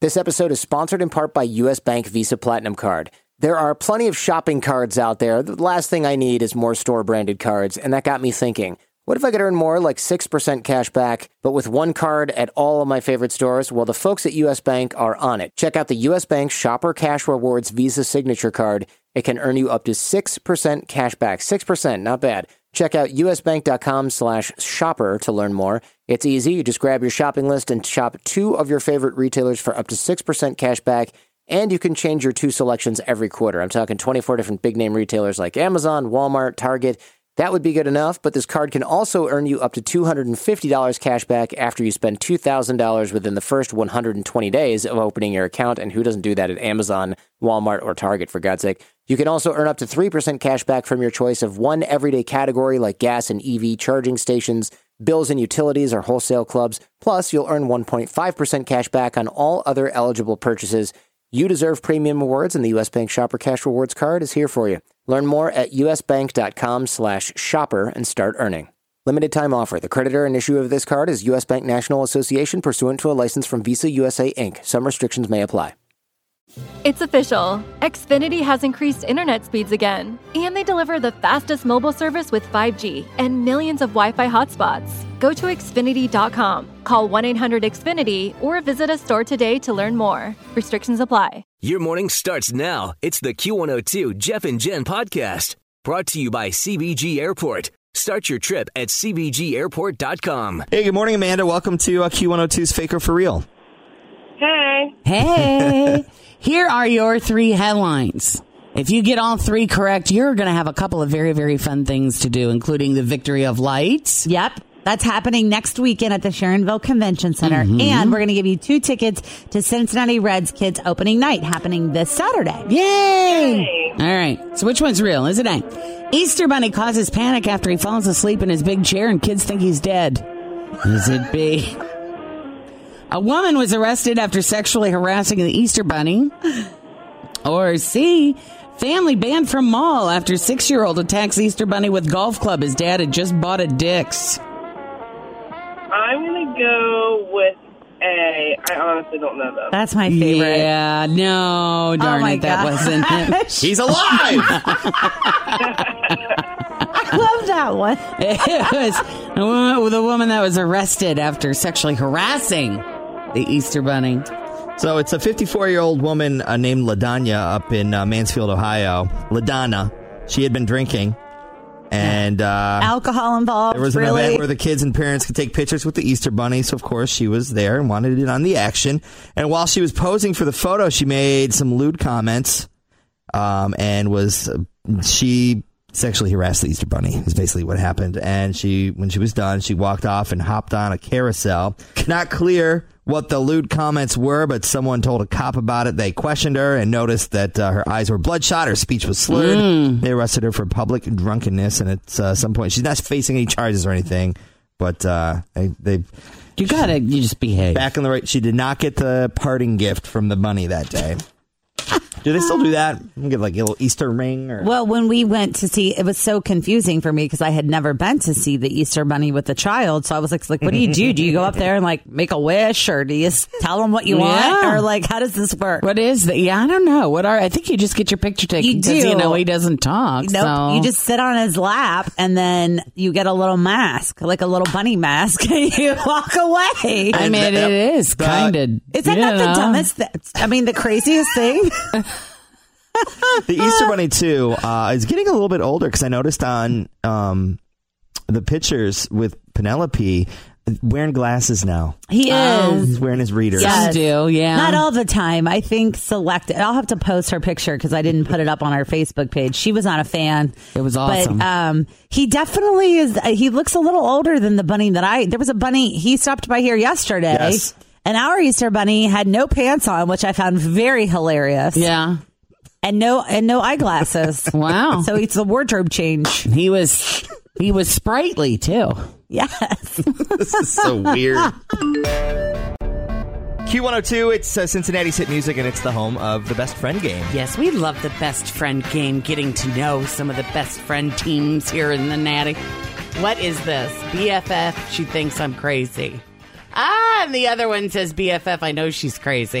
This episode is sponsored in part by US Bank Visa Platinum Card. There are plenty of shopping cards out there. The last thing I need is more store branded cards, and that got me thinking. What if I could earn more, like 6% cash back, but with one card at all of my favorite stores? Well, the folks at US Bank are on it. Check out the US Bank Shopper Cash Rewards Visa Signature Card. It can earn you up to 6% cash back. 6%, not bad. Check out usbank.com slash shopper to learn more. It's easy. You just grab your shopping list and shop two of your favorite retailers for up to 6% cash back. And you can change your two selections every quarter. I'm talking 24 different big name retailers like Amazon, Walmart, Target. That would be good enough, but this card can also earn you up to $250 cash back after you spend $2,000 within the first 120 days of opening your account. And who doesn't do that at Amazon, Walmart, or Target, for God's sake? You can also earn up to 3% cash back from your choice of one everyday category like gas and EV charging stations, bills and utilities, or wholesale clubs. Plus, you'll earn 1.5% cash back on all other eligible purchases. You deserve premium awards, and the U.S. Bank Shopper Cash Rewards card is here for you. Learn more at usbank.com slash shopper and start earning. Limited time offer. The creditor and issuer of this card is U.S. Bank National Association pursuant to a license from Visa USA Inc. Some restrictions may apply. It's official. Xfinity has increased internet speeds again, and they deliver the fastest mobile service with 5G and millions of Wi Fi hotspots. Go to Xfinity.com, call 1 800 Xfinity, or visit a store today to learn more. Restrictions apply. Your morning starts now. It's the Q102 Jeff and Jen podcast brought to you by CBG Airport. Start your trip at CBGAirport.com. Hey, good morning, Amanda. Welcome to uh, Q102's Faker for Real. Hey. Hey, here are your three headlines. If you get all three correct, you're going to have a couple of very, very fun things to do, including the Victory of Light. Yep. That's happening next weekend at the Sharonville Convention Center. Mm-hmm. And we're going to give you two tickets to Cincinnati Reds Kids opening night happening this Saturday. Yay! All right. So, which one's real? Is it A? Easter Bunny causes panic after he falls asleep in his big chair and kids think he's dead. Is it B? A woman was arrested after sexually harassing the Easter Bunny. Or C? Family banned from mall after six year old attacks Easter Bunny with golf club his dad had just bought at Dick's. I'm going to go with A. I honestly don't know, though. That's my favorite. Yeah, no, darn oh my it, that gosh. wasn't it. He's alive! I love that one. It was the woman- the woman that was arrested after sexually harassing the Easter Bunny. So it's a 54 year old woman uh, named Ladanya up in uh, Mansfield, Ohio. Ladonna. She had been drinking. And uh, Alcohol involved. there was an really? event where the kids and parents could take pictures with the Easter Bunny. So, of course, she was there and wanted in on the action. And while she was posing for the photo, she made some lewd comments um, and was. She sexually harassed the Easter Bunny, is basically what happened. And she, when she was done, she walked off and hopped on a carousel. Not clear what the lewd comments were, but someone told a cop about it. They questioned her and noticed that uh, her eyes were bloodshot, her speech was slurred. They arrested her for public drunkenness, and at uh, some point, she's not facing any charges or anything. But uh, they, they You gotta, you just behave. back in the right. She did not get the parting gift from the bunny that day. Do they still do that? We Get like a little Easter ring or Well, when we went to see, it was so confusing for me because I had never been to see the Easter Bunny with a child. So I was like, like, what do you do? Do you go up there and like make a wish or do you s- tell them what you want? Yeah. Or like, how does this work? What is that? Yeah, I don't know. What are? I think you just get your picture taken. You 'cause, You do. know he doesn't talk. Nope. so- You just sit on his lap and then you get a little mask, like a little bunny mask, and you walk away. I mean, that- it is that- kind of. Is that not the dumbest thing? I mean, the craziest thing? the Ah. Easter Bunny too uh, is getting a little bit older because I noticed on um, the pictures with Penelope wearing glasses now. He Oh. is. He's wearing his readers. Yes. do, yeah. Um, Not all the time. I think selected. I'll have to post her picture because I didn't put it up on our Facebook page. She was not a fan. It was awesome. But um, he definitely is. Uh, he looks a little older than the bunny that I. There was a bunny. He stopped by here yesterday. Yes. And our Easter bunny had no pants on, which I found very hilarious. Yeah. And no and no eyeglasses. Wow. So it's a wardrobe change. He was. He was sprightly too. Yes. this is so weird. Q102, it's uh, Cincinnati's hit music, and it's the home of the best friend game. Yes, we love the best friend game, getting to know some of the best friend teams here in the Natty. What is this? BFF, she thinks I'm crazy. Ah, and the other one says BFF, I know she's crazy.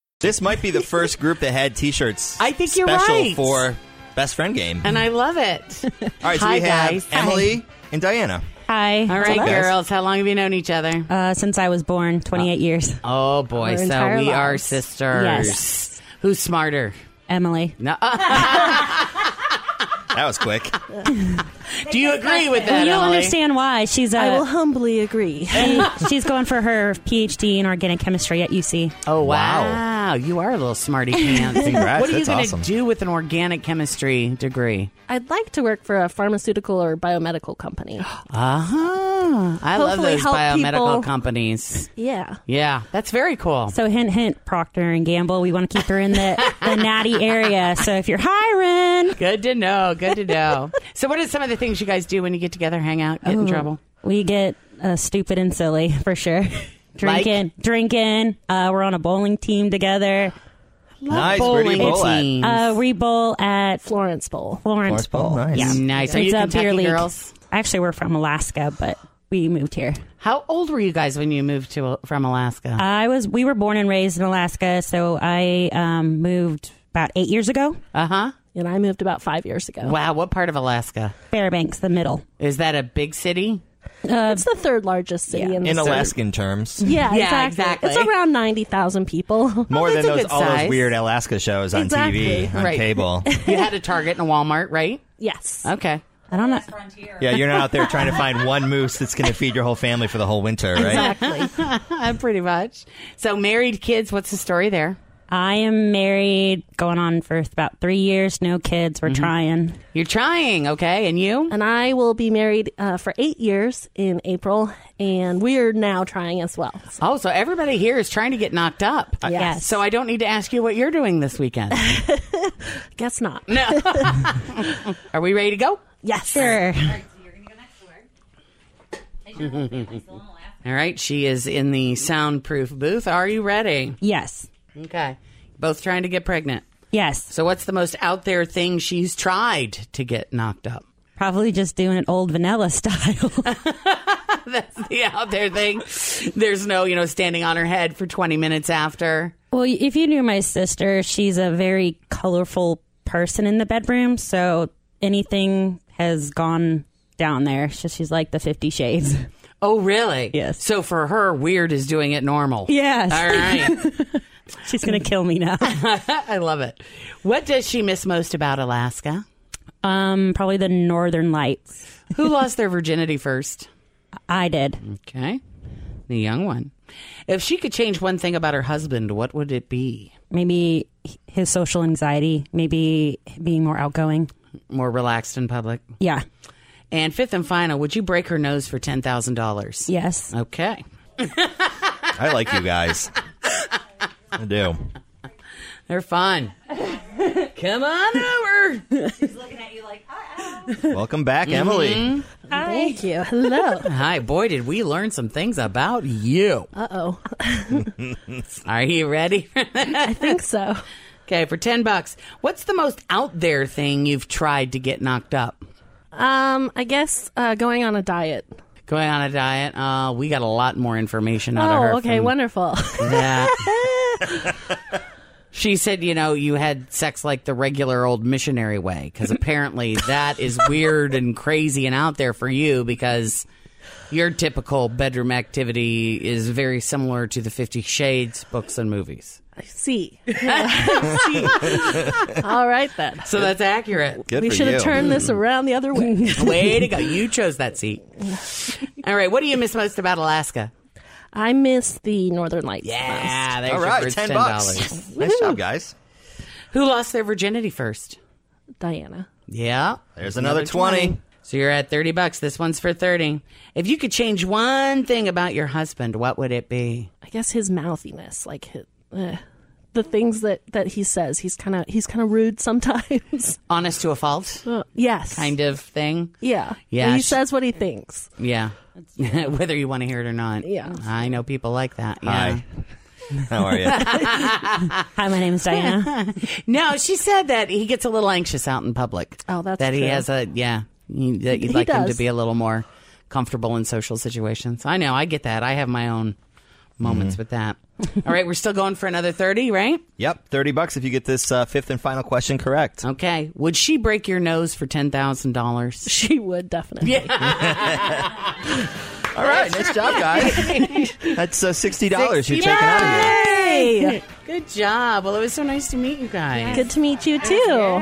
This might be the first group that had T-shirts. I think you're special right. for best friend game. And I love it. All right, so Hi, we have guys. Emily and Diana. Hi. All right, Hello. girls, how long have you known each other? Uh, since I was born, 28 years. Oh, boy, Our so we entire are lives. sisters. Yes. Who's smarter? Emily. No. That was quick. Do you agree with that? Well, you'll Emily? understand why. She's. Uh, I will humbly agree. she's going for her PhD in organic chemistry at UC. Oh Wow. wow. You are a little smarty pants. Congrats, what are you that's gonna awesome. do with an organic chemistry degree? I'd like to work for a pharmaceutical or biomedical company. Uh-huh. I love Hopefully those help biomedical people. companies. Yeah. Yeah, that's very cool. So hint, hint, Procter and Gamble. We want to keep her in the, the natty area. So if you're hiring, good to know. Good to know. so, what are some of the things you guys do when you get together, hang out, get in trouble? we get uh, stupid and silly for sure. Drinking, drinking. Uh, we're on a bowling team together. nice, where do you Bowling bowl at? teams. Uh, we bowl at Florence Bowl. Florence Forest Bowl, Bowl. nice. Yeah. Nice. Are you It's a Kentucky beer league. girls? Actually, we're from Alaska, but we moved here. How old were you guys when you moved to from Alaska? I was we were born and raised in Alaska, so I um, moved about eight years ago. Uh huh. And I moved about five years ago. Wow. What part of Alaska Fairbanks, the middle. is that? A big city? It's the third largest city Yeah. in the In state. Alaskan terms, Yeah, Yeah, exactly. It's exactly. around 90,000 people. more that's than a those good all size. those weird Alaska shows on Exactly. TV on Right. cable. You had a Target and a Walmart, right? yes. Okay. I don't know. yeah, you're not out there trying to find one moose that's going to feed your whole family for the whole winter, right? Exactly. Pretty much. So, married kids. What's the story there? I am married, going on for about three years. No kids. We're Mm-hmm. trying. You're trying, okay? And you? and I will be married uh, for eight years in April, and we're now trying as well. So, Oh, so everybody here is trying to get knocked up. Yes. So I don't need to ask you what you're doing this weekend. guess not. Are we ready to go? Yes. Sure. All right. She is in the soundproof booth. Are you ready? Yes. Okay. Both trying to get pregnant. Yes. So what's the most out there thing she's tried to get knocked up? Probably just doing it old vanilla style. The out there thing. There's no, you know, standing on her head for 20 minutes after. Well, if you knew my sister, she's a very colorful person in the bedroom. So anything has gone down there. So she's like the Fifty Shades. Oh, really? Yes. So for her, weird is doing it normal. Yes. All right. She's going to kill me now. I love it. What does she miss most about Alaska? Um, probably the northern lights. Who lost their virginity first? I did. Okay. The young one. If she could change one thing about her husband, what would it be? Maybe his social anxiety, maybe being more outgoing. More relaxed in public. Yeah. And fifth and final, would you break her nose for ten thousand dollars? Yes. Okay. I like you guys. I do. They're fun. Come on over. Welcome back, Emily. Mhm. Thank you. Hello. Hi, boy, did we learn some things about you. Uh oh. Are you ready? I think so. Okay, for 10 bucks, what's the most out there thing you've tried to get knocked up? Um, I guess uh, going on a diet. Going on a diet? Uh, we got a lot more information out of her. Oh, okay, from wonderful. that. she said, you know, you had sex like the regular old missionary way because apparently that is weird and crazy and out there for you because your typical bedroom activity is very similar to the Fifty Shades books and movies. See. See. All right then. So that's accurate. we should have turned this around the other way. Way to go. You chose that seat. All right. What do you miss most about Alaska? I miss the Northern Lights. Yeah, most. there's your first $10. Nice job, guys. Who lost their virginity first? Diana. Yeah. There's another 20. So you're at 30 bucks. This one's for 30. If you could change one thing about your husband, what would it be? I guess his mouthiness, like his, uh, the things that that he says, he's kind of he's kind of rude sometimes. Honest to a fault? Uh, yes. Kind of thing? Yeah. Yeah, He she- says what he thinks. Yeah. Whether you want to hear it or not. Yeah. I know people like that. Yeah. How are you? Hi, my name's Diana. no, she said that he gets a little anxious out in public. Oh, that's that he true. has a yeah. you- that you'd He like him to does. be a little more comfortable in social situations. I know, I get that. I have my own moments Mm-hmm. with that. All right, we're still going for another thirty, right? Yep, 30 bucks if you get this uh, fifth and final question correct. Okay. Would she break your nose for ten thousand dollars? She would definitely. All right, nice job, guys. That's uh, $60 dollars you're taking out of here. Hey, good job. Well, it was so nice to meet you guys. Good to meet you too.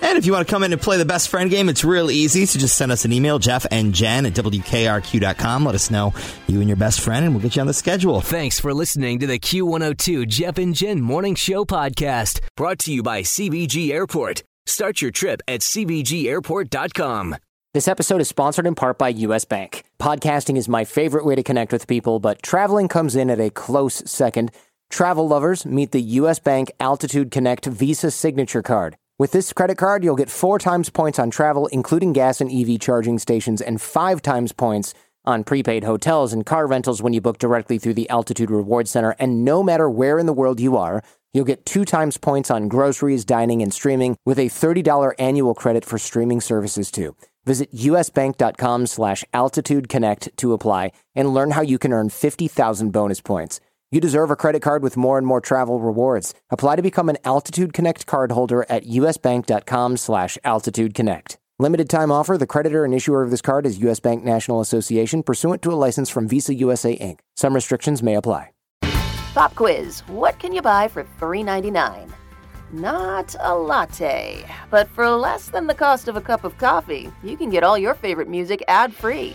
And if you want to come in and play the best friend game, it's real easy. So just send us an email, Jeff and Jen at WKRQ.com. Let us know you and your best friend, and we'll get you on the schedule. Thanks for listening to the Q102 Jeff and Jen Morning Show podcast, brought to you by CBG Airport. Start your trip at CBGAirport.com. This episode is sponsored in part by US Bank. Podcasting is my favorite way to connect with people, but traveling comes in at a close second. Travel lovers, meet the US Bank Altitude Connect Visa Signature Card. With this credit card, you'll get four times points on travel, including gas and EV charging stations, and five times points on prepaid hotels and car rentals when you book directly through the Altitude Reward Center. And no matter where in the world you are, you'll get two times points on groceries, dining, and streaming with a $30 annual credit for streaming services too. Visit usbank.com slash altitude connect to apply and learn how you can earn 50,000 bonus points. You deserve a credit card with more and more travel rewards. Apply to become an Altitude Connect cardholder at usbank.com slash altitude connect. Limited time offer. The creditor and issuer of this card is U.S. Bank National Association pursuant to a license from Visa USA Inc. Some restrictions may apply. Pop quiz What can you buy for $3.99? Not a latte, but for less than the cost of a cup of coffee, you can get all your favorite music ad free.